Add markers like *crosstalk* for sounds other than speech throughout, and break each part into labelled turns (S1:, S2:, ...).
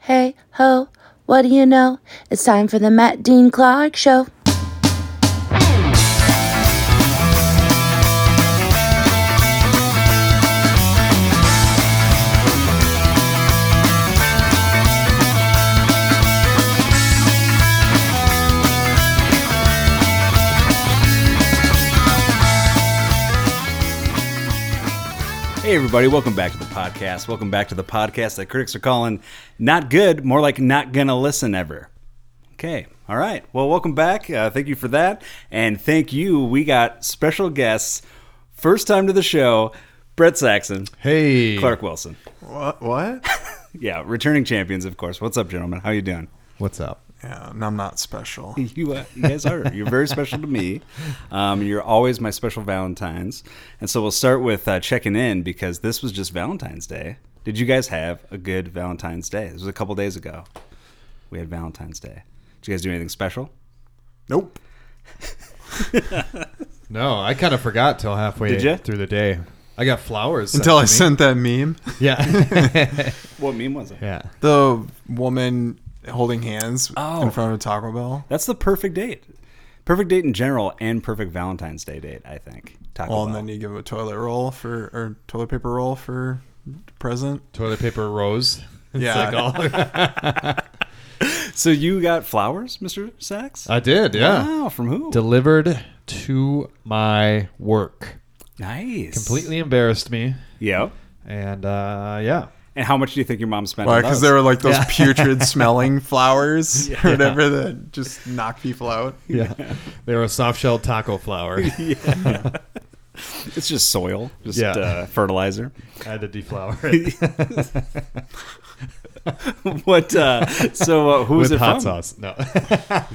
S1: Hey ho, what do you know? It's time for the Matt Dean Clark Show.
S2: Hey, everybody, welcome back to the podcast. Welcome back to the podcast that critics are calling not good, more like not gonna listen ever. Okay, all right. Well, welcome back. Uh, thank you for that. And thank you. We got special guests, first time to the show, Brett Saxon,
S3: Hey,
S2: Clark Wilson.
S4: What? Uh, What?
S2: Yeah, returning champions, of course. What's up, gentlemen? How you doing?
S3: what's up?
S4: yeah, and I'm not special.
S2: *laughs* You, uh, you guys are. You're very special to me. Um, you're always my special Valentine's. And so we'll start with uh, checking in because this was just Valentine's Day. Did you guys have a good Valentine's Day? This was a couple days ago. We had Valentine's Day. Did you guys do anything special?
S4: Nope.
S3: No, I kind of forgot till halfway
S2: Did ya?
S3: through the day. I got flowers
S4: *laughs*
S3: sent
S4: Until
S3: to
S4: I
S3: me.
S4: sent that meme,
S3: *laughs* Yeah,
S2: What meme was it?
S3: yeah.
S4: the woman holding hands
S2: Oh.
S4: in front of Taco Bell.
S2: That's the perfect date. Perfect date in general and perfect Valentine's Day date, I think. Taco
S4: Well, and
S2: Bell.
S4: then you give them a toilet roll for or toilet paper roll for present.
S3: Toilet paper rose. It's
S4: Yeah.
S3: like
S2: *laughs*
S3: all-
S2: so you got flowers, Mr. Sachs?
S3: I did. Uh, Yeah,
S2: Wow, from who?
S3: delivered to my work.
S2: nice.
S3: Completely embarrassed me,
S2: Yeah.
S3: and uh,
S2: *laughs*
S3: yeah,
S2: And how much do you think your mom spent
S4: Why?
S2: on
S4: Because
S2: those?
S4: they were like those putrid smelling flowers or whatever that just knock people out.
S3: yeah. *laughs* they were a soft shell taco
S2: *laughs*
S3: flower. I
S2: It's just soil, just
S3: Yeah.
S2: uh, fertilizer. *laughs*
S3: had to deflower it
S2: What? Uh, so uh, *laughs* who was
S3: with
S2: it
S3: hot
S2: from?
S3: sauce. No,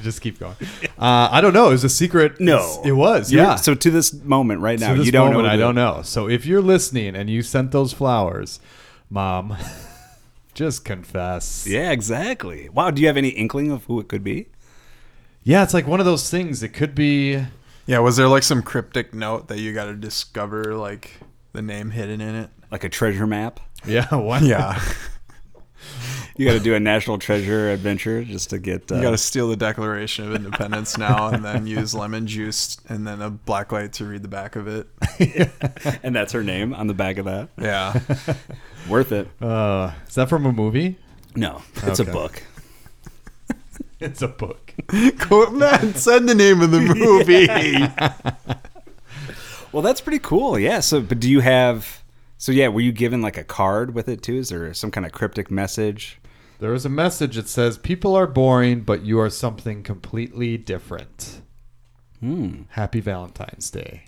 S3: *laughs* just keep going. Uh, I don't know. It was a secret.
S2: No,
S3: it was.
S2: You're-
S3: yeah.
S2: So to this moment, right now,
S3: to this
S2: you don't
S3: moment,
S2: know.
S3: I
S2: the-
S3: don't know. So if you're listening and you sent those flowers, mom, *laughs* just confess.
S2: Yeah, exactly. Wow. Do you have any inkling of who it could be?
S3: Yeah, it's like one of those things. It could be.
S4: Yeah. Was there like some cryptic note that you got to discover like the name hidden in it?
S2: Like a treasure map?
S3: Yeah. *laughs* One,
S4: Yeah.
S2: You got to do a national treasure adventure just to get. Uh,
S4: *laughs*
S2: *laughs*
S4: You got to steal the Declaration of Independence now, and then use lemon juice and then a black light to read the back of it.
S2: and that's her name on the back of that.
S4: Yeah, *laughs*
S2: Worth it.
S3: Uh, is that from a movie? *laughs*
S2: No, it's a
S3: Okay.
S2: book.
S3: It's
S4: *laughs*
S3: a book.
S4: quote Matt said the name
S3: *laughs*
S4: of the movie.
S2: Well, that's pretty cool. Yeah. So, but do you have? So yeah, were you given like a card with it too? Is there some kind of cryptic message?
S3: There is a message that says, "People are boring, but you are something completely different."
S4: Hmm.
S3: Happy Valentine's Day.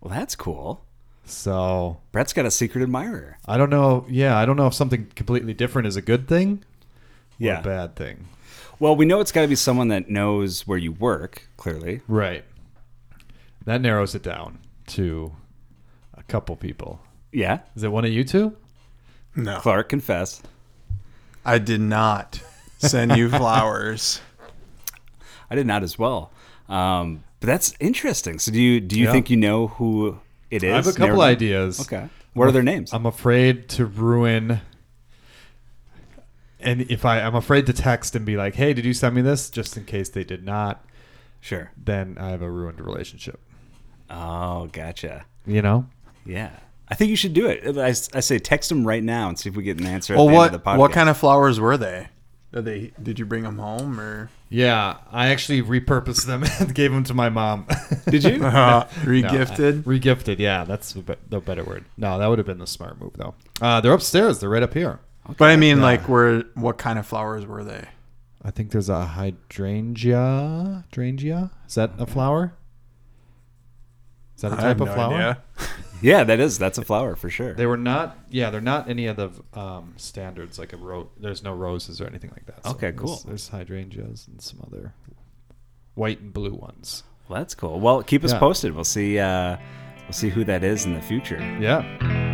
S2: Well, that's cool.
S3: So
S2: Brett's got a secret admirer.
S3: I don't know. Yeah, I don't know if something completely different is a good thing or a bad thing.
S2: Well, we know it's got to be someone that knows where you work, clearly.
S3: Right. That narrows it down to a couple people.
S2: Yeah.
S3: Is it one of you two?
S4: No,
S2: Clark, confess.
S4: I did not
S2: *laughs*
S4: send you flowers.
S2: I did not as well. Um, but that's interesting. So do you do you
S3: Yeah.
S2: think you know who it is?
S3: I have a couple
S2: Narrowly?
S3: ideas.
S2: Okay. What are their names?
S3: I'm afraid to ruin and if I I'm afraid to text and be like, "Hey, did you send me this?" just in case they did not,
S2: sure.
S3: then I have a ruined relationship.
S2: Oh, gotcha.
S3: You know?
S2: Yeah. I think you should do it. I, I say text them right now and see if we get an answer.
S4: Well,
S2: at the
S4: what
S2: End of the podcast.
S4: what kind of flowers were they? Did they? Did you bring them home or
S3: Yeah, I actually repurposed them *laughs* and gave them to my
S2: *laughs*
S3: mom.
S2: Did
S4: *laughs*
S2: you?
S3: No,
S4: regifted?
S3: I- regifted, yeah, that's the, be- the better word. No, that would have been the smart move though. Uh, they're upstairs. They're right up here.
S4: but I mean, like, were what kind of flowers were they?
S3: I think there's a hydrangea. Hydrangea? Is that a flower? Is that a
S4: I have
S3: type
S4: no
S3: of flower?
S4: idea.
S2: yeah, that is. That's a flower for sure.
S3: They were not. Yeah, they're not any of the um, standards like a rose. There's no roses or anything like that. So
S2: Okay,
S3: there's-
S2: cool.
S3: There's hydrangeas and some other white and blue ones.
S2: Well, that's cool. Well, keep us
S3: Yeah.
S2: posted. We'll see. Uh, we'll see who that is in the future.
S4: *laughs*
S3: Yeah.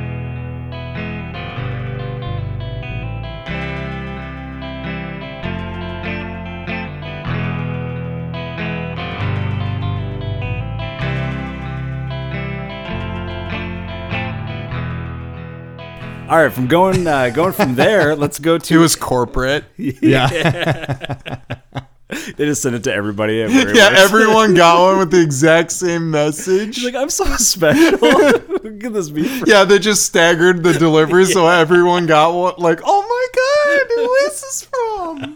S2: All right, from going uh, going from there, *laughs* let's go
S4: It
S2: to.
S4: was corporate.
S2: *laughs*
S3: Yeah. *laughs*
S2: They just sent it to everybody. everywhere.
S4: Yeah, everyone got one
S2: *laughs*
S4: with the exact same message.
S2: She's like, I'm so *laughs* special. Look at this beef.
S4: yeah, they just staggered the delivery, *laughs* so everyone got one. Like, oh my god, who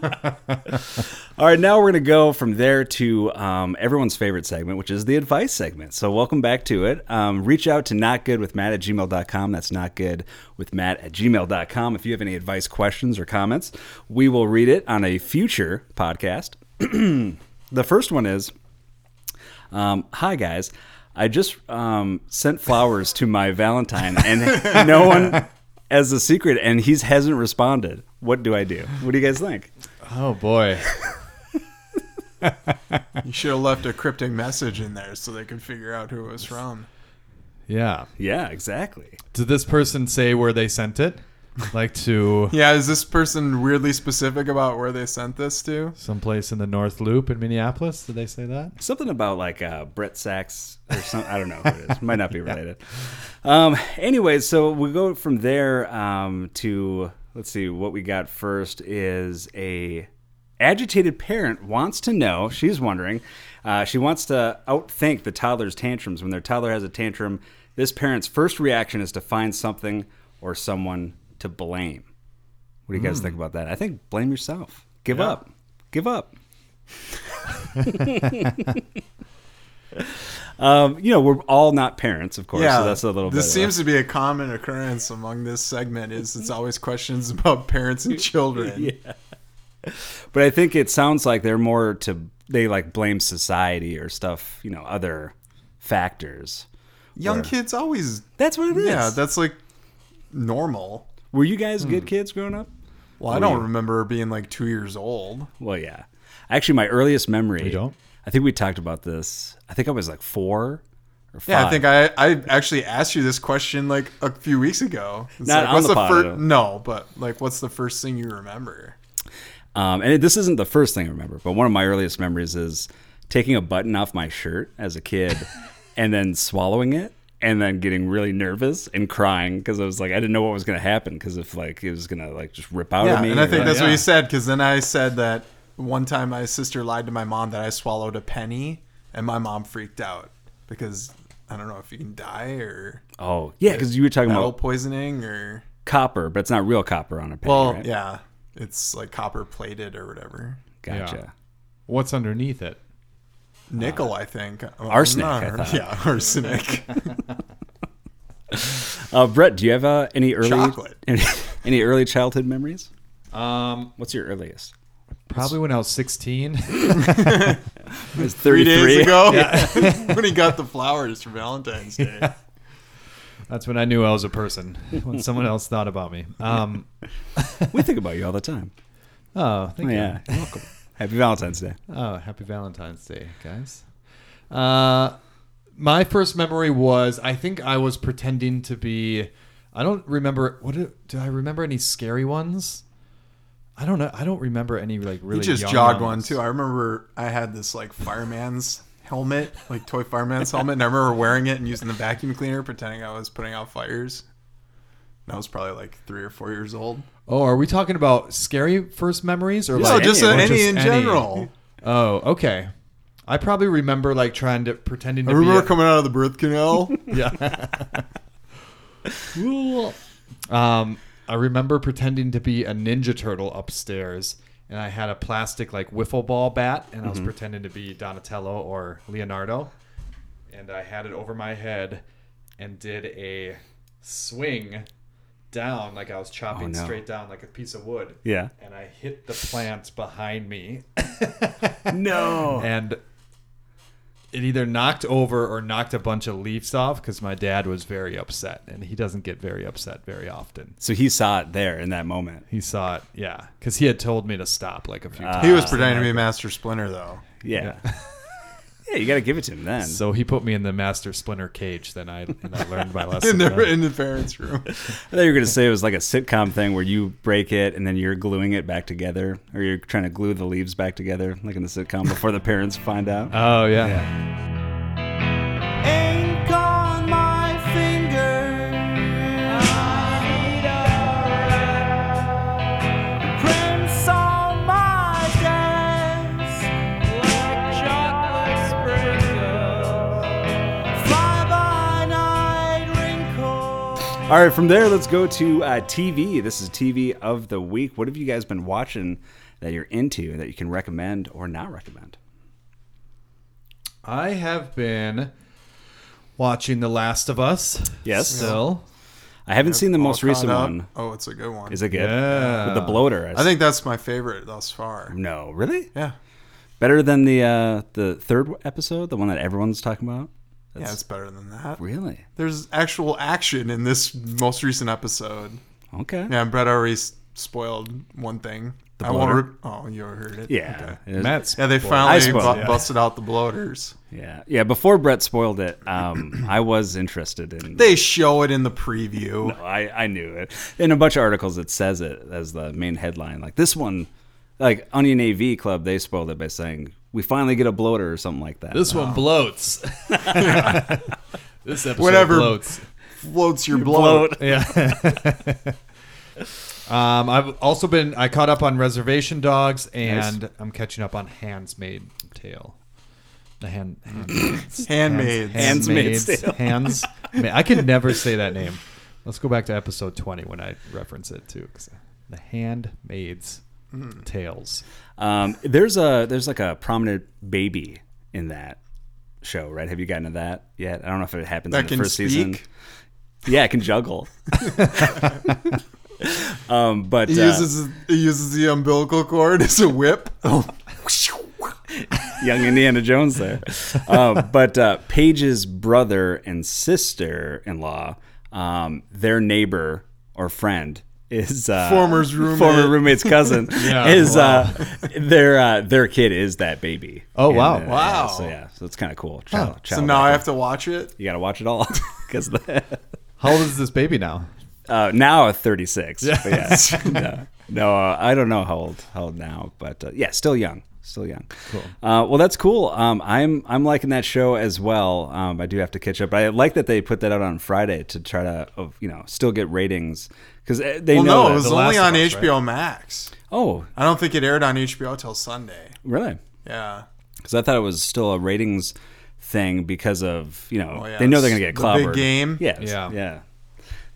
S4: is *laughs* this from?
S2: All right, now we're going to go from there to um, everyone's favorite segment, which is the advice segment. So, welcome back to it. Um, reach out to notgoodwithmatt at gmail.com. That's notgoodwithmatt at gmail.com. If you have any advice, questions, or comments, we will read it on a future podcast. *clears throat* the first one is um, Hi, guys. I just um, sent flowers to my Valentine, and *laughs* no one as a secret, and he hasn't responded. What do I do? What do you guys think?
S3: Oh boy.
S4: You should have left a cryptic message in there so they could figure out who it was from.
S3: Yeah.
S2: Yeah, exactly.
S3: Did this person say where they sent it? Like to
S4: Yeah, is this person weirdly specific about where they sent this to?
S3: someplace in the North Loop in Minneapolis? Did they say that?
S2: Something about like uh, Brett Sachs or something. I don't know. Who it is. Might not be related. Um. Anyways, so we go from there um, to let's see what we got first is a agitated parent wants to know. She's wondering. Uh, she wants to outthink the toddler's tantrums. When their toddler has a tantrum, this parent's first reaction is to find something or someone to blame. What do you guys think about that? I think blame yourself. Give up. Give up. *laughs* um, you know, we're all not parents, of course. so that's a little
S4: This
S2: bit. uh, Mm-hmm. of a-
S4: seems to be a common occurrence among this segment. Is it's always questions about
S2: *laughs*
S4: parents and children.
S2: but I think it sounds like they're more to they like blame society or stuff. You know, other factors.
S4: Young
S2: Where-
S4: kids always.
S2: That's what it is.
S4: Yeah, that's like normal.
S2: Were you guys good kids growing up?
S4: Well, I don't remember being like two years old.
S2: Well, yeah. Actually, my earliest memory.
S3: You don't?
S2: I think we talked about this. I think I was like four or five.
S4: Yeah, I think I, I actually asked you this question like a few weeks ago. It's
S2: Not
S4: like,
S2: on
S4: what's
S2: the
S4: the,
S2: pod, though.
S4: first? No, but like, what's the first thing you remember?
S2: Um, and it, this isn't the first thing I remember, but one of my earliest memories is taking a button off my shirt as a
S4: *laughs*
S2: kid and then swallowing it and then getting really nervous and crying because I was like, I didn't know what was going to happen because if like it was going to like just rip out
S4: Yeah,
S2: of me.
S4: and I think
S2: or,
S4: that's
S2: like,
S4: what
S3: yeah.
S4: you said because then I said that one time my sister lied to my mom that I swallowed a penny, and my mom freaked out because I don't know if you can die or
S2: oh, yeah, because you were talking
S4: metal
S2: about
S4: poisoning or
S2: copper, but it's not real copper on a penny,
S4: well,
S2: right?
S4: yeah, it's like copper plated or whatever.
S2: Uh, Gotcha.
S3: What's underneath it?
S4: Nickel, I think. I'm
S2: arsenic,
S4: not-
S2: I thought.
S4: yeah,
S2: *laughs*
S4: *laughs* arsenic.
S2: Uh, Brett, do you have uh, any early
S4: Chocolate.
S2: *laughs* any, any early childhood memories?
S3: Um,
S2: What's your earliest?
S3: probably when I was 16.
S2: I was 33.
S4: Three days ago, *laughs* when he got the flowers for Valentine's Day.
S3: *laughs* That's when I knew I was a person. *laughs* When someone else thought about me. Um,
S2: *laughs* We think about you all the time.
S3: oh, thank you.
S2: yeah. Welcome. Happy Valentine's Day.
S3: Oh, happy Valentine's Day, guys. Uh, my first memory was I think I was pretending to be. I don't remember. What do, do I remember? Any scary ones? I don't know. I don't remember any like really.
S4: You just
S3: young
S4: jogged one
S3: ones.
S4: too. I remember I had this like fireman's helmet, like toy fireman's helmet, and I remember wearing it and using the vacuum cleaner, pretending I was putting out fires. And I was probably like three or four years old.
S3: Oh, are we talking about scary first memories or
S4: No,
S3: like
S4: just uh,
S2: any-
S4: any,
S3: or just
S4: in
S3: any?
S4: general.
S3: Oh, okay. I probably remember like trying to pretending
S4: I
S3: to
S4: remember
S3: be.
S4: coming out of the birth *laughs* canal.
S3: yeah. um, I remember pretending to be a Ninja Turtle upstairs, and I had a plastic like wiffle ball bat, and I was pretending to be Donatello or Leonardo, and I had it over my head, and did a swing down like I was chopping
S2: no.
S3: straight down like a piece of wood.
S2: Yeah.
S3: And I hit the plant behind me
S2: *laughs* No.
S3: and it either knocked over or knocked a bunch of leaves off because my dad was very upset and he doesn't get very upset very often
S2: So he saw it there in that moment.
S3: he saw it yeah because he had told me to stop like a few
S2: Ah.
S3: times
S4: he was pretending to be Master Splinter though.
S2: Yeah. *laughs* Yeah, you got to give it to him then.
S3: so he put me in the master splinter cage then i, and I learned my *laughs* lesson
S4: In the,
S3: then.
S4: in the parents' room.
S2: I thought you were going to say it was like a sitcom thing where you break it and then you're gluing it back together or you're trying to glue the leaves back together, like in the sitcom before the parents find out.
S3: oh yeah,
S5: ink on my finger. I need a
S2: All right, from there, let's go to uh, TV. This is TV of the week. What have you guys been watching that you're into that you can recommend or not recommend?
S3: I have been watching The Last of Us.
S2: Yes.
S3: Still.
S2: I haven't seen the
S4: All
S2: most recent
S4: caught up.
S2: one.
S4: Oh, it's a good one.
S2: Is it good?
S3: Yeah.
S2: With the bloater. I,
S4: I think that's my favorite thus far.
S2: No, really?
S4: Yeah.
S2: Better than the uh, the third episode, the one that everyone's talking about.
S4: yeah, it's better than that.
S2: Really?
S4: There's actual action in this most recent episode.
S2: Okay.
S4: Yeah, Brett already s- spoiled one thing. I won't. Re- oh, you heard it.
S2: Yeah. It is-
S3: Matt's.
S4: Yeah, they
S2: I
S4: finally bu-
S2: spoiled it.
S4: busted out the bloaters.
S2: Yeah. Yeah. Before Brett spoiled it, um, I was interested in.
S4: They show it in the preview.
S2: I, I knew it. In a bunch of articles, it says it as the main headline. Like this one, like Onion AV Club, they spoiled it by saying, "We finally get a bloater" or something like that.
S3: This one bloats. *laughs*
S2: *laughs*
S3: this episode
S4: Whatever.
S3: bloats.
S4: Floats your bloat.
S3: Yeah. *laughs* um, I've also been I caught up on Reservation Dogs and I'm catching up on Handsmaid Tale. The hand, handmaids.
S2: Hands-
S4: Handmaids.
S2: Handsmaid's
S3: Handsmaids.
S2: Tale.
S3: Hands. ma- I can never say that name. Let's go back to episode 20 when I reference it too. 'cause The Handmaid's Tales.
S2: Um, there's a there's like a prominent baby in that show, right? Have you gotten to that yet? I don't know if it happens in
S4: That
S2: the
S4: can
S2: first
S4: speak.
S2: season. Yeah, it can
S4: *laughs*
S2: juggle. um, but
S4: He
S2: uh,
S4: uses he uses the umbilical cord as a whip. *laughs*
S2: Oh. young Indiana Jones there. Uh, but uh, Paige's brother and sister in law, um, their neighbor or friend is uh,
S4: Former roommate.
S2: former roommate's
S4: *laughs*
S2: cousin
S3: Yeah,
S2: is
S3: wow.
S2: uh, their uh, their kid is that baby.
S3: Oh, wow.
S2: uh,
S4: Wow.
S2: so yeah, so it's kind of cool. Child,
S4: so
S2: child
S4: now I
S2: actor.
S4: have to watch it.
S2: you got to watch it all *laughs* because
S3: How old is this baby now?
S2: uh, now at 36. Yeah. yeah. *laughs* no, no uh, I don't know how old how old now, but uh, yeah, still young, still young. Cool. Uh, well, that's cool. Um, I'm I'm liking that show as well. Um, I do have to catch up. I like that they put that out on Friday to try to uh, you know still get ratings because they
S4: Well,
S2: know.
S4: no,
S2: that-
S4: it was
S3: The
S4: only
S3: Last of
S4: on
S3: Us,
S4: HBO Max.
S2: oh,
S4: I don't think it aired on HBO till Sunday.
S2: really?
S4: Yeah.
S2: Because I thought it was still a ratings thing because of you know
S4: Oh, yeah,
S2: they know they're gonna get
S4: the big
S2: clobbered.
S4: game.
S2: Yeah.
S3: Yeah.
S2: Yeah.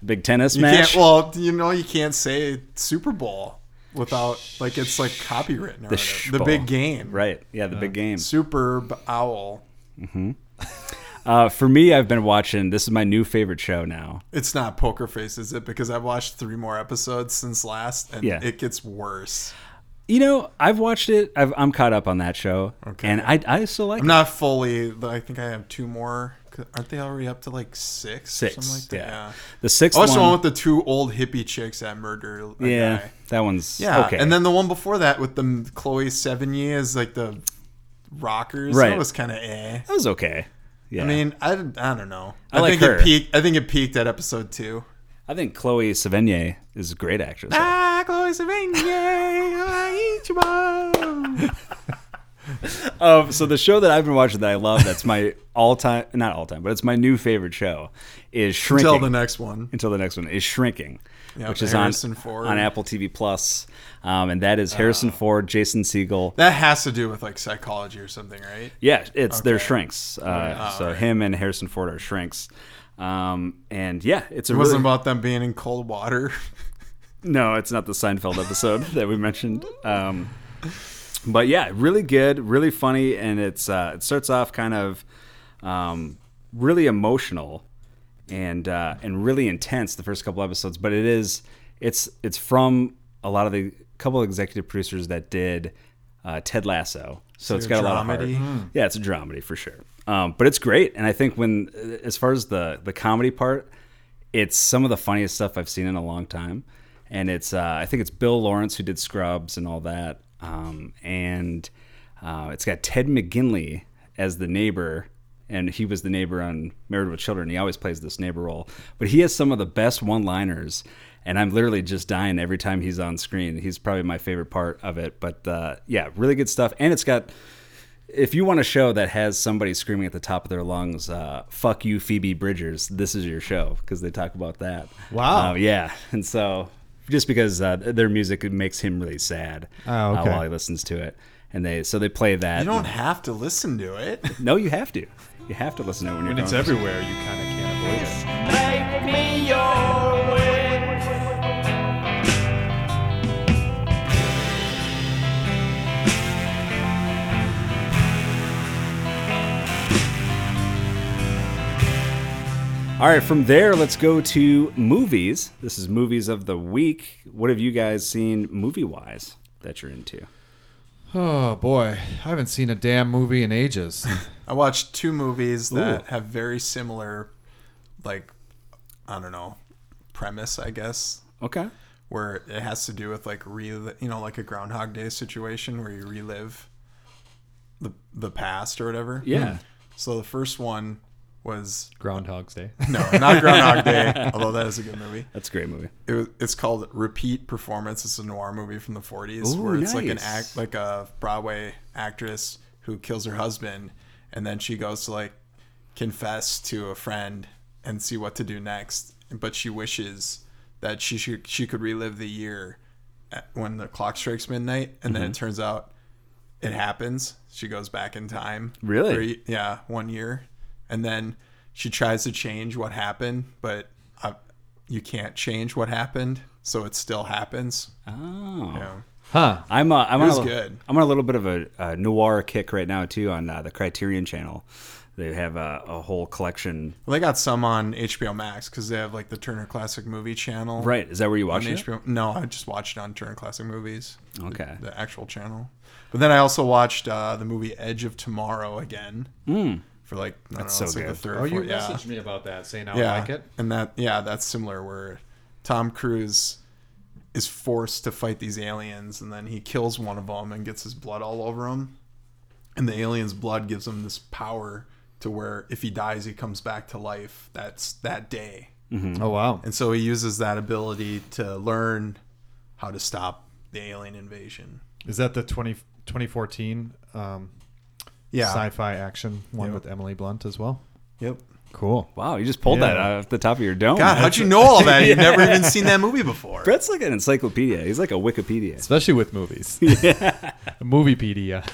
S2: The big tennis
S4: You
S2: match.
S4: can't. Well, you know you can't say Super Bowl without like it's like copywritten or
S2: sh-
S4: whatever. the
S2: bowl.
S4: big game,
S2: right. Yeah. The big game.
S4: Super b- owl.
S2: Uh, for me, I've been watching. This is my new favorite show now.
S4: It's not Poker Face, is it? Because I've watched three more episodes since last, and
S2: Yeah.
S4: it gets worse.
S2: You know, I've watched it. I've, I'm caught up on that show,
S4: Okay.
S2: and I I still like
S4: I'm
S2: it.
S4: not fully. but I think I have two more. Aren't they already up to like six? Or
S2: six.
S4: something like that.
S2: yeah.
S4: Yeah.
S2: the sixth
S4: Oh, it's the one
S2: one.
S4: with the two old hippie chicks that murder. a
S2: yeah,
S4: guy.
S2: that one's
S4: Yeah.
S2: okay.
S4: And then the one before that with the Chloe Sevigny as like the rockers.
S2: Right.
S4: That was kind of eh.
S2: that was okay. Yeah,
S4: I mean, I, don't- I don't know.
S2: I like
S4: think
S2: her.
S4: it peaked. I think it peaked at episode two.
S2: I think Chloe Sevigny is a great actress.
S4: Ah, Chloe Sevigny, I eat your mom.
S2: Um, so the show that I've been watching that I love, that's my *laughs* all time, not all time, but it's my new favorite show, is Shrinking.
S4: Until the next one.
S2: until the next one is shrinking
S4: Yeah,
S2: which
S4: with
S2: is on,
S4: Harrison Ford. Ah.
S2: on apple tv plus um, and that is harrison ford jason siegel
S4: That has to do with like psychology or something, right?
S2: Yeah, it's their shrinks.
S4: Oh,
S2: Uh, so him and Harrison Ford are shrinks. Um, and yeah, it's a
S4: It wasn't
S2: really-
S4: about them being in cold water.
S2: no, it's not the Seinfeld episode that we mentioned. Um, but yeah, really good, really funny, and it's uh, it starts off kind of um, really emotional and uh, and really intense the first couple episodes. But it is it's it's from a lot of the couple of executive producers that did uh, Ted Lasso, so, it's
S4: a
S2: got a lot of heart.
S4: dramedy.
S2: Yeah, it's a dramedy for sure. Um, but it's great, and I think when uh, as far as the the comedy part, it's some of the funniest stuff I've seen in a long time. And it's uh, I think it's Bill Lawrence who did Scrubs and all that, um, and uh, it's got Ted McGinley as the neighbor, and he was the neighbor on Married with Children. He always plays this neighbor role, but he has some of the best one-liners, and I'm literally just dying every time he's on screen. He's probably my favorite part of it. But uh, yeah, really good stuff, and it's got if you want a show that has somebody screaming at the top of their lungs, uh, "Fuck you, Phoebe Bridgers," this is your show because they talk about that.
S3: Wow.
S2: Uh, yeah, and so just because uh, their music makes him really sad
S3: Oh, okay.
S2: uh, while he listens to it, and they so they play that.
S4: You *laughs* don't have to listen to it.
S2: no, you have to. You have to listen to it when you're
S3: When it's
S2: growing.
S3: everywhere, you kind of can't avoid it.
S5: Make me your
S2: All right, from there, let's go to movies. This is movies of the week. What have you guys seen movie wise that you're into?
S3: Oh boy, I haven't seen a damn movie in ages.
S4: I watched two movies that
S2: Ooh.
S4: have very similar, like, I don't know, premise, I guess,
S2: Okay.
S4: where it has to do with like re, you know, like a Groundhog Day situation where you relive the the past or whatever.
S3: Hmm.
S2: Yeah.
S4: So the first one was
S3: Groundhog's Day.
S4: no, not
S2: *laughs*
S4: Groundhog Day, although that is a good movie.
S2: That's a great movie.
S4: It was, it's called Repeat Performance. It's a noir movie from the 40s
S2: Ooh,
S4: where it's like an
S2: nice.
S4: act like a Broadway actress who kills her husband and then she goes to like confess to a friend and see what to do next, but she wishes that she should, she could relive the year at, when the clock strikes midnight
S2: Mm-hmm.
S4: and then it turns out it happens. She goes back in time.
S2: Really?
S4: Or, yeah, one year. And then she tries to change what happened, but uh you can't change what happened, so it still happens.
S2: Oh.
S4: Yeah.
S3: Huh.
S2: I'm uh, I'm on
S4: was
S2: a,
S4: good.
S2: I'm on a little bit of a, uh noir kick right now too on uh, the Criterion Channel. They have a, a whole collection.
S4: Well, they got some on HBO Max because they have like the Turner Classic Movie channel.
S2: Right? Is that where you
S4: On
S2: watch it?
S4: HBO. No, I just watched it on Turner Classic Movies,
S2: Okay.
S4: the actual channel. But then I also watched uh, the movie Edge of Tomorrow again for like I don't
S2: That's so
S4: know, it's like the
S2: good.
S4: third.
S3: Oh,
S4: or
S3: you
S4: fourth- yeah.
S3: messaged me about that saying I
S4: yeah,
S3: like it.
S4: and that yeah, that's similar where Tom Cruise is forced to fight these aliens, and then he kills one of them and gets his blood all over him, and the alien's blood gives him this power to where if he dies, he comes back to life. That's that day,
S3: Oh wow.
S4: and so he uses that ability to learn how to stop the alien invasion.
S3: Is that the 20, 2014 um,
S4: Yeah.
S3: sci-fi action
S4: Yep.
S3: one with Emily Blunt as well?
S4: Yep.
S3: Cool.
S2: Wow, you just pulled that
S3: Yeah.
S2: out of the top of your dome.
S4: God, how'd you know all
S2: *laughs*
S4: that? You've never even seen that movie before.
S2: Brett's like an encyclopedia. He's like a Wikipedia.
S3: Especially with movies. *laughs* Moviepedia.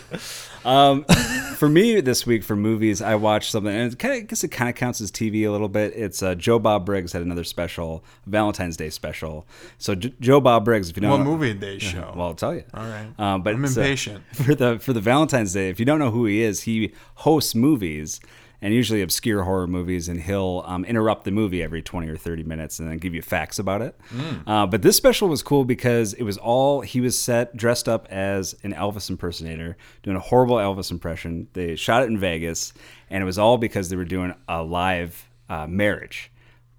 S2: For me, this week for movies, I watched something, and it kind of, I guess it kind of counts as TV a little bit. It's uh, Joe Bob Briggs had another special, Valentine's Day special. So J- Joe Bob Briggs, if you don't
S4: What
S2: know,
S4: movie did they show?
S2: Well, I'll tell you.
S4: all right.
S2: Um, but
S4: I'm
S2: it's, uh,
S4: impatient.
S2: *laughs* for the for the Valentine's Day. If you don't know who he is, he hosts movies and usually obscure horror movies, and he'll um, interrupt the movie every twenty or thirty minutes and then give you facts about it.
S4: Hmm.
S2: Uh, but this special was cool because it was all he was set dressed up as an Elvis impersonator doing a horrible Elvis impression. They shot it in Vegas, and it was all because they were doing a live uh, marriage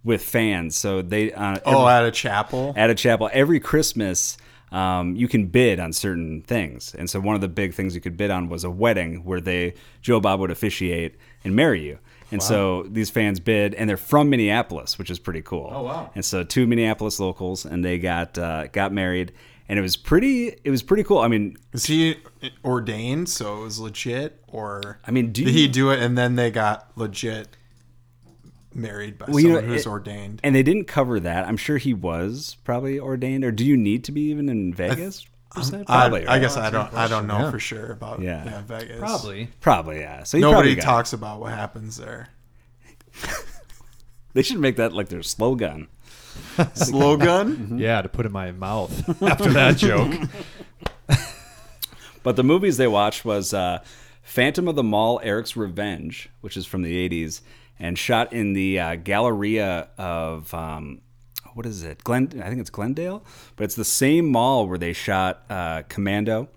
S2: with fans. So they uh,
S4: oh, at a chapel.
S2: at a chapel every Christmas. Um, you can bid on certain things, and so one of the big things you could bid on was a wedding where they Joe Bob would officiate and marry you. And so these fans bid, and they're from Minneapolis, which is pretty cool. Oh
S3: wow.
S2: And so two Minneapolis locals, and they got uh, got married, and it was pretty. It was pretty cool. I mean,
S4: Is he ordained, so it was legit, or
S2: I mean, do
S4: did
S2: you-
S4: he do it and then they got legit married by
S2: you know,
S4: someone who's
S2: it-
S4: ordained?
S2: and they didn't cover that. I'm sure he was probably ordained, or do you need to be even in Vegas? per se?
S4: I, um,
S2: Probably,
S4: I
S2: right?
S4: guess I don't. I don't know
S3: Yeah.
S4: for sure about
S2: Yeah.
S4: yeah, Vegas.
S2: probably, yeah. So he probably
S4: nobody
S2: got it.
S4: talks about what
S2: *laughs*
S4: happens there.
S2: They should make that like their slogan. Mm-hmm.
S4: Slogan.
S3: Yeah, to put in my mouth *laughs* after that joke.
S2: But the movies they watched was uh, Phantom of the Mall, Eric's Revenge, which is from the 80s, and shot in the uh, Galleria of, um, what is it? Glen, I think it's Glendale, but it's the same mall where they shot uh, Commando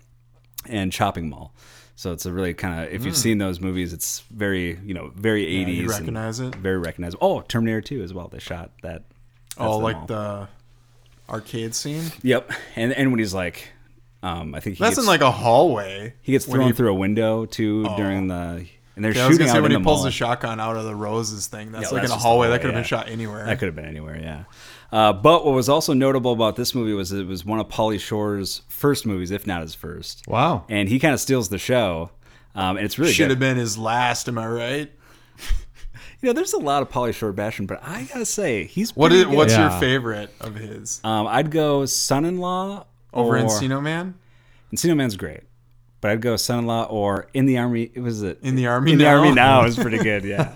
S2: and Chopping Mall. So it's a really kind of if
S4: Hmm.
S2: you've seen those movies, it's very you know very eighties.
S4: recognize it.
S2: Very recognizable. Oh, Terminator Two as well. They shot that. that's the
S4: oh, like
S2: mall.
S4: the arcade scene.
S2: Yep. And and when he's like, um, I think he
S4: That's
S2: gets-
S4: in like a hallway.
S2: He gets
S4: When Oh.
S2: thrown through a window too during the and they're
S4: Yeah, I was
S2: shooting
S4: gonna
S2: out
S4: say when
S2: in
S4: he
S2: the
S4: pulls
S2: mall.
S4: the shotgun out of the roses thing. That's
S2: Yeah, that's
S4: like in a
S2: just the
S4: hallway.
S2: hallway,
S4: That could have
S2: yeah.
S4: been shot anywhere.
S2: That could have been anywhere, yeah. Uh, but what was also notable about this movie was it was one of Polly Shore's first movies, if not his first.
S3: Wow.
S2: And he kind of steals the show. Um, and it's really
S4: Should
S2: good.
S4: have been his last. Am I right?
S2: You know, there's a lot of Polly Shore bashing, but I gotta say he's
S4: What
S2: pretty
S4: is?
S2: good.
S4: What's
S3: Yeah.
S4: your favorite of his?
S2: Um, I'd go Son-in-Law
S4: Over
S2: or,
S4: Encino Man.
S2: Encino Man's great, but I'd go Son-in-Law or In the Army. It was it
S4: In the Army
S2: In the
S4: Now?
S2: Army Now is pretty good.
S4: *laughs*
S2: Yeah.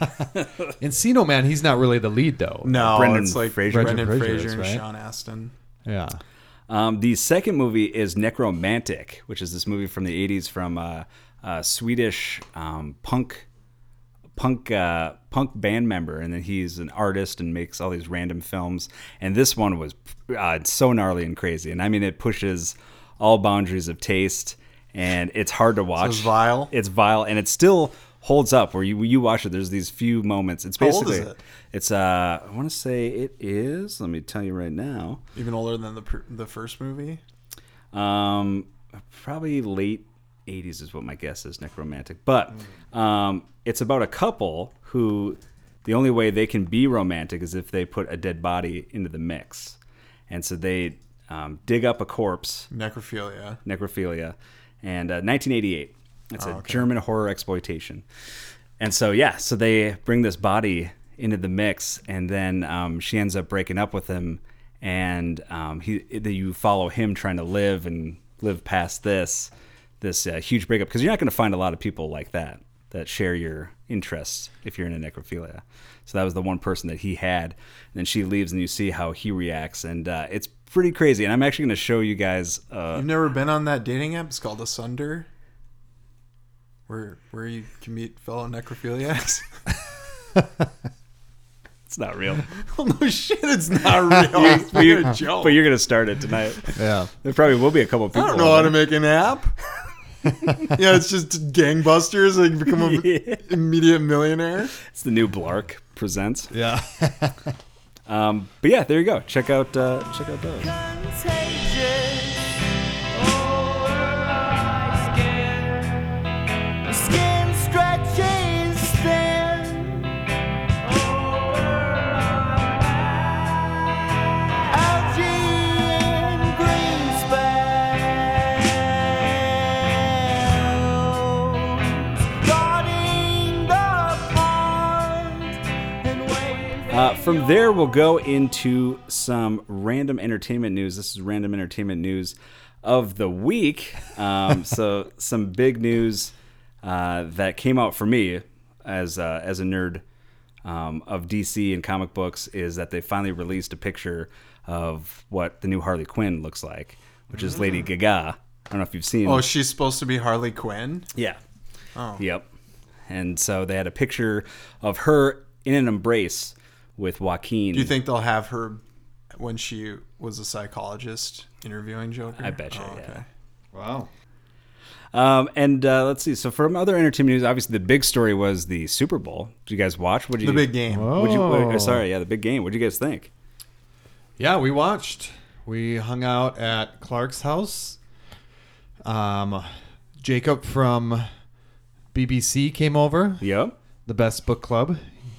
S3: Encino Man, he's not really the lead though.
S4: No,
S2: Brendan
S4: it's like
S2: Fraser.
S4: Brendan
S3: Brendan Fraser
S4: Fraser
S3: is,
S4: and
S3: right?
S4: Sean Astin.
S3: Yeah.
S2: Um, the second movie is Necromantic, which is this movie from the 80s from uh, uh, Swedish um, punk punk uh, punk band member, and then he's an artist and makes all these random films. And this one was uh, so gnarly and crazy, and I mean it pushes all boundaries of taste, and it's hard to watch.
S4: it's vile?
S2: It's vile, and it still holds up. Where you you watch it, there's these few moments. It's
S4: old
S2: basically
S4: is it?
S2: it's uh I want to say it is. Let me tell you right now.
S4: Even older than the pr- the first movie.
S2: Um, probably late 80s is what my guess is, necromantic. But um, it's about a couple who the only way they can be romantic is if they put a dead body into the mix. And so they um, dig up a corpse,
S4: Necrophilia.
S2: necrophilia, and uh, 1988. It's a German horror exploitation. And so, yeah, so they bring this body into the mix, and then um, she ends up breaking up with him, and um, he that you follow him trying to live and live past this this uh, huge breakup because you're not going to find a lot of people like that that share your interests if you're into necrophilia. So that was the one person that he had. And then she leaves, and you see how he reacts, and uh, it's pretty crazy. And I'm actually going to show you guys. Uh,
S4: You've never been on that dating app? It's called Asunder. Where where you can meet fellow necrophiliacs. *laughs*
S2: it's not real,
S4: oh no shit, it's not
S2: *laughs*
S4: real. It's
S2: but, you,
S4: a joke.
S2: but you're going to start it tonight.
S3: Yeah.
S2: There probably will be a couple people.
S4: I don't know how to make an app.
S2: *laughs*
S4: yeah, it's just gangbusters. Like become an
S2: Yeah.
S4: immediate millionaire.
S2: It's the new Blark presents.
S3: Yeah.
S2: Um, but yeah, there you go. Check out uh, check out those.
S5: contagious over my skin. The skin stretches thin over my back. Algae and green spells guarding the pond and waiting for
S2: Uh, from there, we'll go into some random entertainment news. This is random entertainment news of the week.
S4: *laughs*
S2: Um, so, some big news uh, that came out for me as uh, as a nerd um, of DC and comic books is that they finally released a picture of what the new Harley Quinn looks like, which is Lady Gaga. I don't know if you've seen.
S4: Mm. Oh, she's supposed to be Harley Quinn.
S2: Yeah. Yep. And so they had a picture of her in an embrace with Joaquin.
S4: Do you think they'll have her when she was a psychologist interviewing Joker? Oh,
S2: I betcha, yeah.
S3: Wow.
S2: Um, and uh, let's see. So from other entertainment news, obviously the big story was the Super Bowl. Did you guys watch? What did
S4: The
S2: you,
S4: big game.
S2: What'd you,
S3: Oh.
S2: uh, sorry, yeah, the big game. What did you guys think?
S3: Yeah, we watched. We hung out at Clark's house. Um, Jacob from BBC came over,
S2: Yep.
S3: the best book club.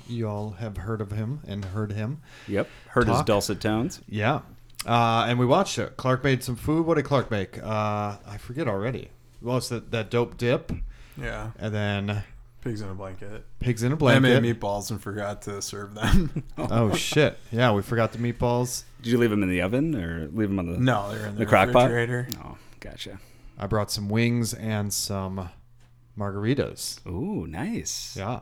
S3: You all have heard of him and heard him.
S2: Yep. Heard his
S3: Talk.
S2: dulcet tones.
S3: Yeah. Uh, and we watched it. Clark made some food. What did Clark make? Uh, I forget already. Well, it's that, that dope dip.
S4: Yeah.
S3: And then
S4: Pigs in a blanket.
S3: pigs in a
S4: I
S3: blanket.
S4: made meatballs and forgot to serve them. *laughs*
S3: oh, shit. Yeah, we forgot the meatballs.
S2: Did you leave them in the oven or leave them on the?
S4: no, they're in the,
S2: The crock pot?
S4: refrigerator.
S2: Oh, gotcha.
S3: I brought some wings and some margaritas.
S2: Ooh, nice.
S3: Yeah.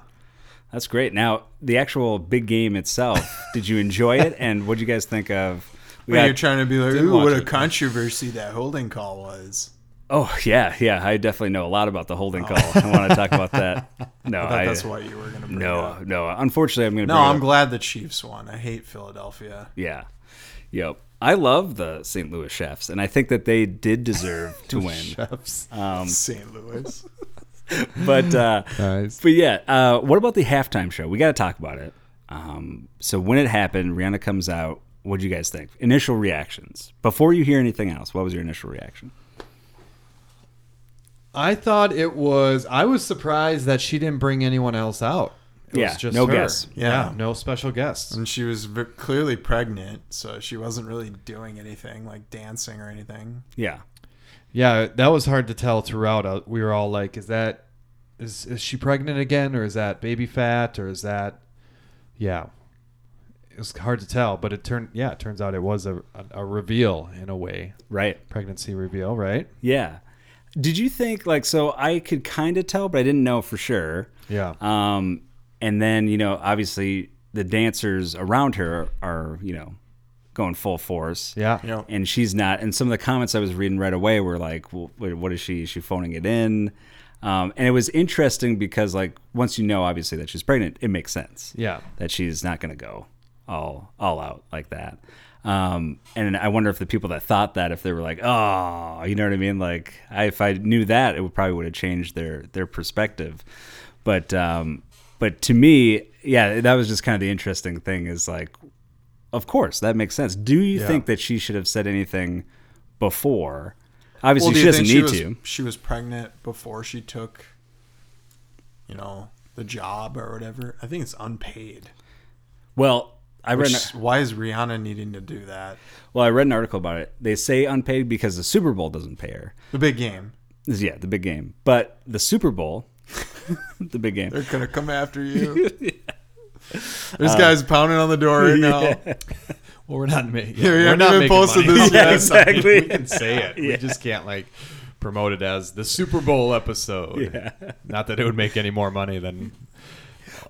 S2: That's great. Now the actual big game
S4: *laughs*
S2: itself. did you enjoy it? And what did you guys think of? We
S4: Wait,
S2: got-
S4: you're trying to be like,
S3: Didn't
S4: ooh, what
S3: watch
S4: a
S3: it.
S4: controversy that holding call was.
S2: Oh yeah, yeah. I definitely know a lot about the holding call. I want to talk about that. No,
S4: *laughs* I thought
S2: I,
S4: that's why you were going to bring it
S2: no,
S4: up.
S2: no. Unfortunately, I'm gonna.
S4: No,
S2: bring it
S4: I'm
S2: up.
S4: glad the Chiefs won. I hate Philadelphia.
S2: Yeah, yep. I love the St. Louis Chefs, and I think that they did deserve
S3: *laughs*
S2: to win.
S3: Chefs.
S4: St. Louis.
S2: But uh,
S3: Nice.
S2: but yeah, uh, what about the halftime show? We got to talk about it. Um, so when it happened, Rihanna comes out. What do you guys think? Initial reactions before you hear anything else. What was your initial reaction?
S3: I thought it was. I was surprised that she didn't bring anyone else out. It
S2: Yeah,
S3: was just
S2: no
S3: her.
S2: guests.
S3: Yeah.
S4: Yeah.
S3: no special
S4: *laughs*
S3: guests.
S4: and she was v- clearly pregnant, so she wasn't really doing anything like dancing or anything.
S2: Yeah,
S3: Yeah, that was hard to tell throughout. Uh, We were all like, "Is that is is she pregnant again, or is that baby fat, or is that?" Yeah, it was hard to tell, but it turned. Yeah, it turns out it was a a, a reveal in a way,
S2: right.
S3: pregnancy reveal, right?
S2: Yeah. Did you think like so? I could kind of tell, but I didn't know for sure.
S3: Yeah,
S2: Um, and then you know, obviously the dancers around her are you know going full force.
S3: yeah,
S4: You know,
S2: And she's not. And some of the comments I was reading right away were like, well, wait, "What is she? Is she phoning it in?" Um, and it was interesting because, like, once you know, obviously, that she's pregnant, it makes sense.
S3: Yeah.
S2: That she's not going to go all all out like that. Um, and I wonder if the people that thought that, if they were like, oh, you know what I mean? Like, I, if I knew that, it would probably would have changed their their perspective. But um, but to me, yeah, that was just kind of the interesting thing is like, of course, that makes sense. Do you think that she should have said anything before? Obviously,
S4: do
S2: she
S4: you
S2: doesn't
S4: think
S2: need
S4: she was,
S2: to.
S4: She was pregnant before she took, you know, the job or whatever. I think it's unpaid.
S2: Well, I read.
S4: Which,
S2: an-
S4: why is Rihanna needing to do that?
S2: well, I read an article about it. They say unpaid because the Super Bowl doesn't pay her.
S4: The big game.
S2: This is, yeah, the big game, but the Super Bowl, *laughs* the big game.
S4: They're gonna come
S2: *laughs*
S4: after you. There's guys pounding on the door right now.
S3: Well, we're not making.
S4: we
S3: we're
S4: haven't
S3: not
S4: even
S3: making
S4: posted
S3: money. *laughs*
S4: this yet.
S2: exactly.
S3: we can say it. We just can't like promote it as the Super Bowl episode. Not that it would make any more money than *laughs*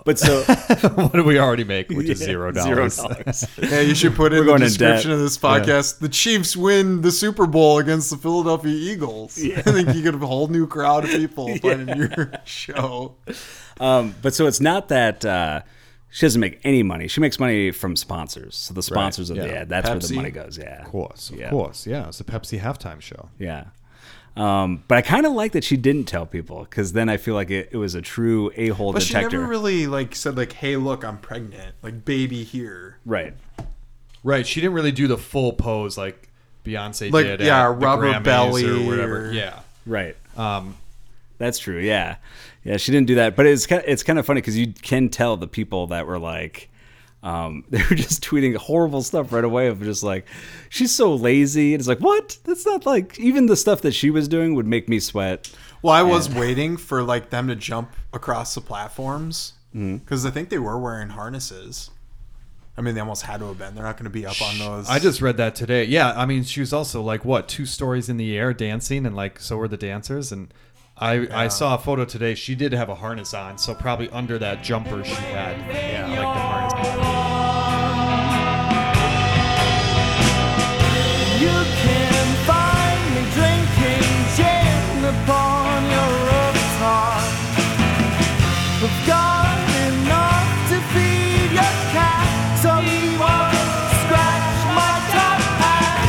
S2: But so *laughs*
S3: what do we already make, which is
S2: Yeah,
S3: zero dollars.
S2: dollars. *laughs*
S4: Yeah, you should put in the
S2: going in
S4: description
S2: debt.
S4: of this podcast. The Chiefs win the Super Bowl against the Philadelphia Eagles. *laughs* I think you could have a whole new crowd
S2: *laughs*
S4: of people finding your show.
S2: Um, but so it's not that uh, she doesn't make any money. She makes money from sponsors. So the sponsors of the
S3: yeah.
S2: ad, that's where the
S4: Pepsi.
S2: money goes. Yeah.
S3: Of course, of
S2: Yeah.
S3: course, yeah. It's a Pepsi halftime show.
S2: Yeah. Um, but I kind of like that she didn't tell people because then I feel like it, it was a true a hole
S4: But she
S2: detector.
S4: never really like said like, "Hey, look, I'm pregnant." Like, baby here.
S2: right.
S3: Right. She didn't really do the full pose like Beyonce
S4: Like,
S3: did.
S4: yeah,
S3: at the
S4: rubber
S3: Grammys
S4: belly
S3: or whatever.
S4: or-
S3: yeah.
S2: Right.
S3: Um,
S2: That's true. Yeah, yeah. She didn't do that, but it's kind it's kind of funny because you can tell the people that were like, um, *laughs* they were just tweeting horrible stuff right away of just like, she's so lazy. And it's like, what? That's not like even the stuff that she was doing would make me sweat.
S4: Well, I was waiting for like them to jump across the platforms
S2: Mm-hmm.
S4: because I think they were wearing harnesses. I mean, they almost had to have been. They're not going to be up on those.
S3: I just read that today. Yeah, I mean, she was also like what two stories in the air dancing, and like so were the dancers. And I I saw a photo today. She did have a harness on, so probably under that jumper she had, yeah, like the harness.
S5: You can find me drinking gin upon your rooftop. I've got enough to feed your cat, so he won't scratch my top hat.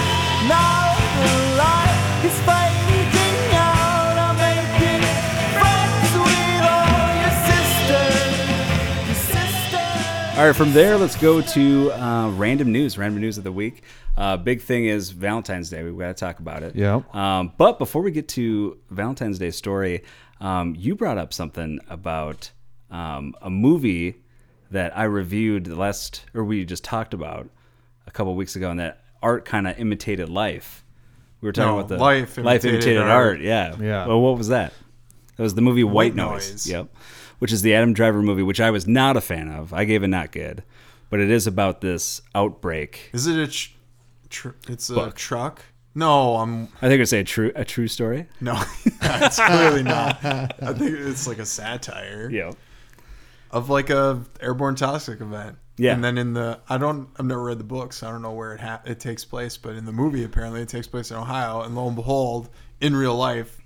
S5: Now the light is fading out. I'm making friends with all your sisters. Your sisters.
S2: All right, from there, let's go to uh, random news. Random news of the week. Uh, big thing is Valentine's Day. We've got to talk about it.
S3: Yeah.
S2: Um, but before we get to Valentine's Day story, um, you brought up something about um, a movie that I reviewed the last, or we just talked about a couple weeks ago, and that art kind of imitated life. We were talking
S4: No,
S2: about the
S4: life imitated art.
S2: Yeah.
S3: Yeah.
S2: Well, what was that? That was the movie White,
S4: White
S2: Noise.
S4: Noise.
S2: Yep. Which is the Adam Driver movie, which I was not a fan of. I gave it not good. But it is about this outbreak.
S4: is it a tr- tr- it's a truck? No, I'm
S2: I think I'd say a true a true story. *laughs*
S4: no. it's clearly not. I think it's like a satire
S2: Yeah.
S4: of like a airborne toxic event.
S2: Yeah.
S4: And then in the I don't I've never read the book, so I don't know where it ha- it takes place, but in the movie apparently it takes place in Ohio, and lo and behold, in real life,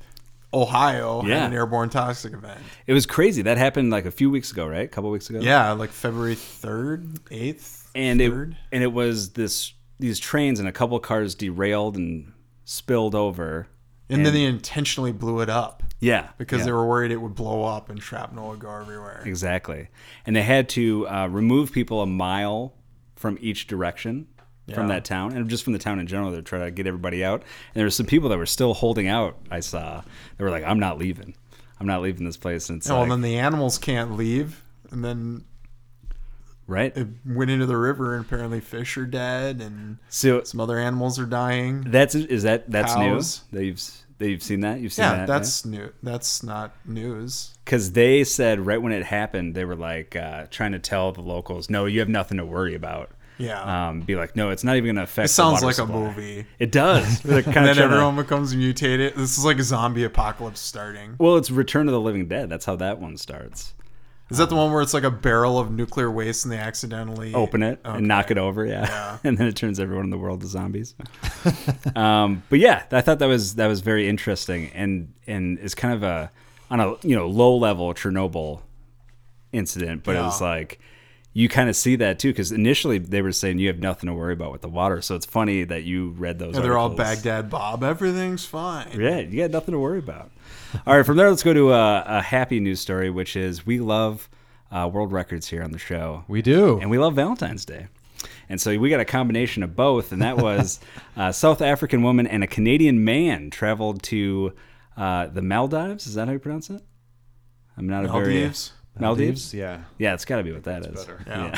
S4: Ohio
S2: Yeah.
S4: had an airborne toxic event.
S2: It was crazy. That happened like a few weeks ago, right? A couple weeks ago.
S4: Yeah, like February third, eighth,
S2: And it
S4: third.
S2: and it was this these trains and a couple cars derailed and spilled over.
S4: and, then they intentionally blew it up
S2: Yeah.
S4: because
S2: yeah.
S4: they were worried it would blow up and shrapnel would go everywhere.
S2: Exactly. And they had to uh, remove people a mile from each direction from
S4: Yeah.
S2: that town and just from the town in general. They're trying to get everybody out. And there were some people that were still holding out, I saw. They were like, I'm not leaving. I'm not leaving this place. And it's
S4: Oh,
S2: like,
S4: and then the animals can't leave, and then
S2: right?
S4: it went into the river, and apparently fish are dead, and
S2: So
S4: some other animals are dying.
S2: that's, is that, that's news
S4: Cows.
S2: that you've, that you've seen that? You've seen
S4: Yeah,
S2: that?
S4: that's new. That's not news.
S2: because they said right when it happened, they were like uh, trying to tell the locals, no, you have nothing to worry about.
S4: Yeah.
S2: Um, be like, no, it's not even going to affect. It
S4: sounds like a movie.
S2: It does.
S4: *laughs*
S2: They're
S4: And
S2: kind
S4: then everyone becomes mutated. This is like a zombie apocalypse starting.
S2: Well, it's Return of the Living Dead. That's how that one starts.
S4: Is that the one where it's like a barrel of nuclear waste and they accidentally
S2: Open it and knock it over, yeah, *laughs* and then it turns everyone in the world to zombies. *laughs* um, but yeah, I thought that was that was very interesting, and and it's kind of a on a you know low level Chernobyl incident, but it was
S4: Yeah.
S2: like you kind of see that too because initially they were saying you have nothing to worry about with the water. So it's funny that you read those.
S4: they're all
S2: articles.
S4: Baghdad Bob. Everything's fine.
S2: Yeah, you got nothing to worry about. All right, from there, let's go to a, a happy news story, which is we love uh, world records here on the show.
S3: We do.
S2: *laughs* And we love Valentine's Day. And so we got a combination of both, and that
S4: *laughs*
S2: was a South African woman and a Canadian man traveled to uh, the Maldives. Is that how you pronounce it? I'm not a
S4: Maldives?
S2: very Maldives.
S3: Yeah.
S2: Yeah, it's got to be what that is.
S4: Yeah.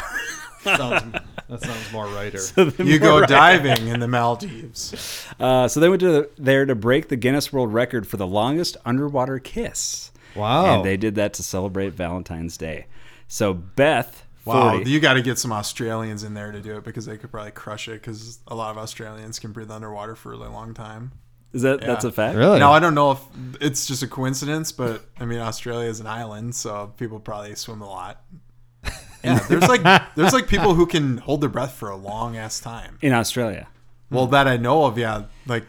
S3: sounds, that sounds
S2: *laughs*
S3: more righter.
S4: You go diving in the Maldives.
S2: Uh, so they went to the, there to break the Guinness World Record for the longest underwater kiss.
S3: Wow.
S4: Oh.
S2: And they did that to celebrate Valentine's Day. So Beth,
S4: Wow,
S2: 40,
S4: you got to get some Australians in there to do it because they could probably crush it because a lot of Australians can breathe underwater for a really long time.
S2: is that that's a fact?
S3: Really?
S4: Now I don't know if it's just a coincidence, but I mean Australia is an island, so people probably swim a lot. *laughs* Yeah, there's like there's like people who can hold their breath for a long ass time.
S2: In Australia.
S4: Well, that I know of, yeah, like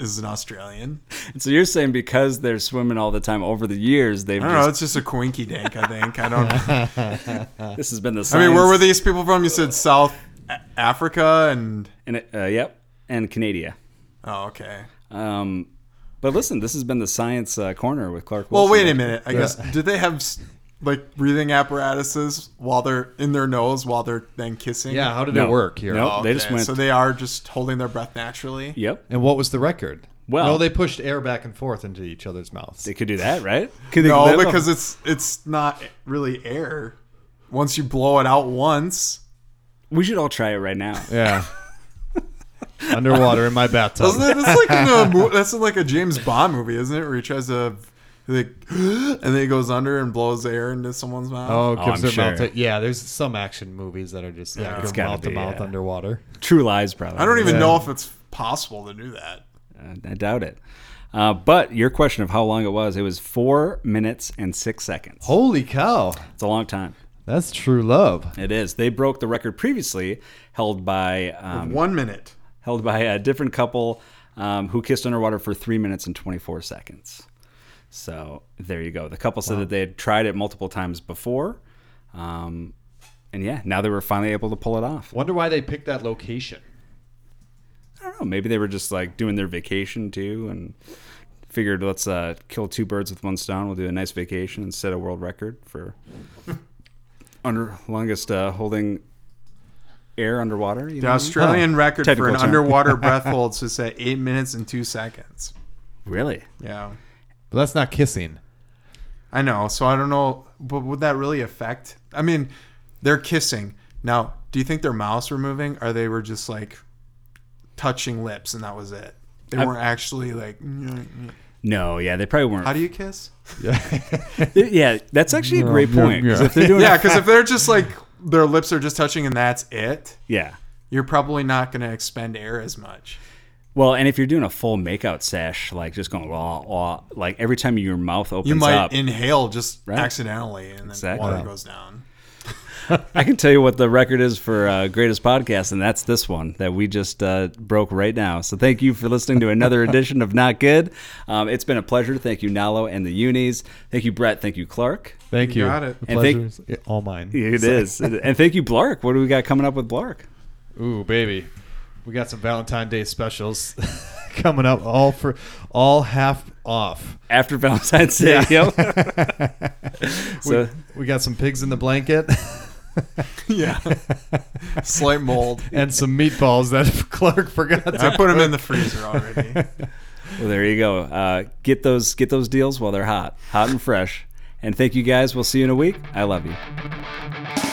S4: is an Australian.
S2: So you're saying because they're swimming all the time over the years, they've
S4: I don't know.
S2: just,
S4: It's just a coinky dink, I think. I *laughs* don't.
S2: this has been the. Science,
S4: I mean, where were these people from? You said South A- Africa and
S2: And it- uh, yep, and Canada.
S4: oh, okay.
S2: Um, but listen, this has been the science uh, corner with Clark.
S4: Well,
S2: Wilson.
S4: wait a minute. I guess do they have s- like breathing apparatuses while they're in their nose while they're then kissing?
S3: yeah, how did
S2: No.
S3: it work here?
S2: No.
S4: Oh,
S2: They just
S4: okay.
S2: went-
S4: So they are just holding their breath naturally.
S2: Yep,
S3: And what was the record?
S2: Well-
S3: no, they pushed air back and forth into each other's mouths.
S2: they could do that, right? Could they-
S4: No,
S2: they-
S4: because it's it's not really air. Once you blow it out once,
S2: we should all try it right
S4: *laughs*
S2: now.
S3: yeah.
S2: *laughs*
S3: Underwater in my bathtub.
S4: doesn't it? That's like in
S2: *laughs*
S4: a mo- that's in like a James Bond movie, isn't it? Where he tries to like, *gasps* and then he goes under and blows air into someone's mouth.
S3: Oh,
S2: Oh,
S3: gives
S2: I'm
S3: their mouth.
S2: sure.
S3: To, yeah, there's some action movies that are just like
S4: Yeah.
S3: go
S4: It's
S2: gotta
S3: mouth to
S2: be,
S3: mouth
S2: yeah.
S3: underwater.
S2: True lies, probably.
S4: I don't e- even
S3: Yeah.
S4: know if it's possible to do that.
S2: I doubt it. Uh, but your question of how long it was, it was four minutes and six seconds.
S3: Holy cow,
S2: It's a long time.
S3: that's true love.
S2: It is. They broke the record previously held by um,
S4: One minute.
S2: held by a different couple um, who kissed underwater for three minutes and twenty four seconds. So there you go. The couple said that they had tried it multiple times before, um, and yeah, now they were finally able to pull it off.
S3: Wonder why they picked that location.
S2: I don't know. Maybe they were just like doing their vacation too, and figured let's uh, kill two birds with one stone. We'll do a nice vacation and set a world record for under longest uh, holding air underwater. You
S4: The
S2: know?
S4: Australian record for
S2: Technical
S4: an
S2: term. *laughs*
S4: underwater breath hold sits at eight minutes and two seconds.
S2: Really?
S4: Yeah,
S3: But that's not kissing.
S4: I know. So I don't know, but would that really affect? I mean, they're kissing now. Do you think their mouths were moving, or they were just like touching lips and that was it? They weren't actually like.
S2: No. Yeah, they probably weren't.
S4: How do
S2: *laughs*
S4: you kiss?
S2: yeah, that's actually a great
S3: yeah,
S2: point. 'cause
S3: yeah.
S2: if they're doing,
S4: Yeah,
S2: yeah,
S4: because if they're just like their lips are just touching and that's it, you're probably not going to expend air as much.
S2: Well, and if you're doing a full makeout sesh, like just going wah, wah, like every time your mouth opens
S4: You might
S2: up,
S4: inhale just
S2: Right.
S4: accidentally, and then
S2: Exactly.
S4: water
S2: Yeah.
S4: goes down.
S2: I can tell you what the record is for uh, greatest podcast, and that's this one that we just uh, broke right now. So thank you for listening to
S4: *laughs*
S2: another edition of Not Good. Um, it's been a pleasure. Thank you, Nalo and the Unis. Thank you, Brett. Thank you, Clark.
S3: Thank you.
S4: got it.
S3: The
S2: And thank-
S3: pleasure's all mine.
S2: It is, *laughs* and thank you, Blark. What do we got coming up with Blark?
S3: Ooh, baby. We got some Valentine's Day specials *laughs* coming up all for all half off.
S2: After Valentine's Day, yep.
S4: *laughs*
S2: so
S3: We got some pigs in the blanket *laughs*
S4: Yeah, slight mold.
S3: and some meatballs that *laughs* Clark forgot to
S4: I put them in the freezer already.
S2: well, there you go. Uh, get those get those deals while they're hot, hot and fresh. And thank you guys. We'll see you in a week. I love you.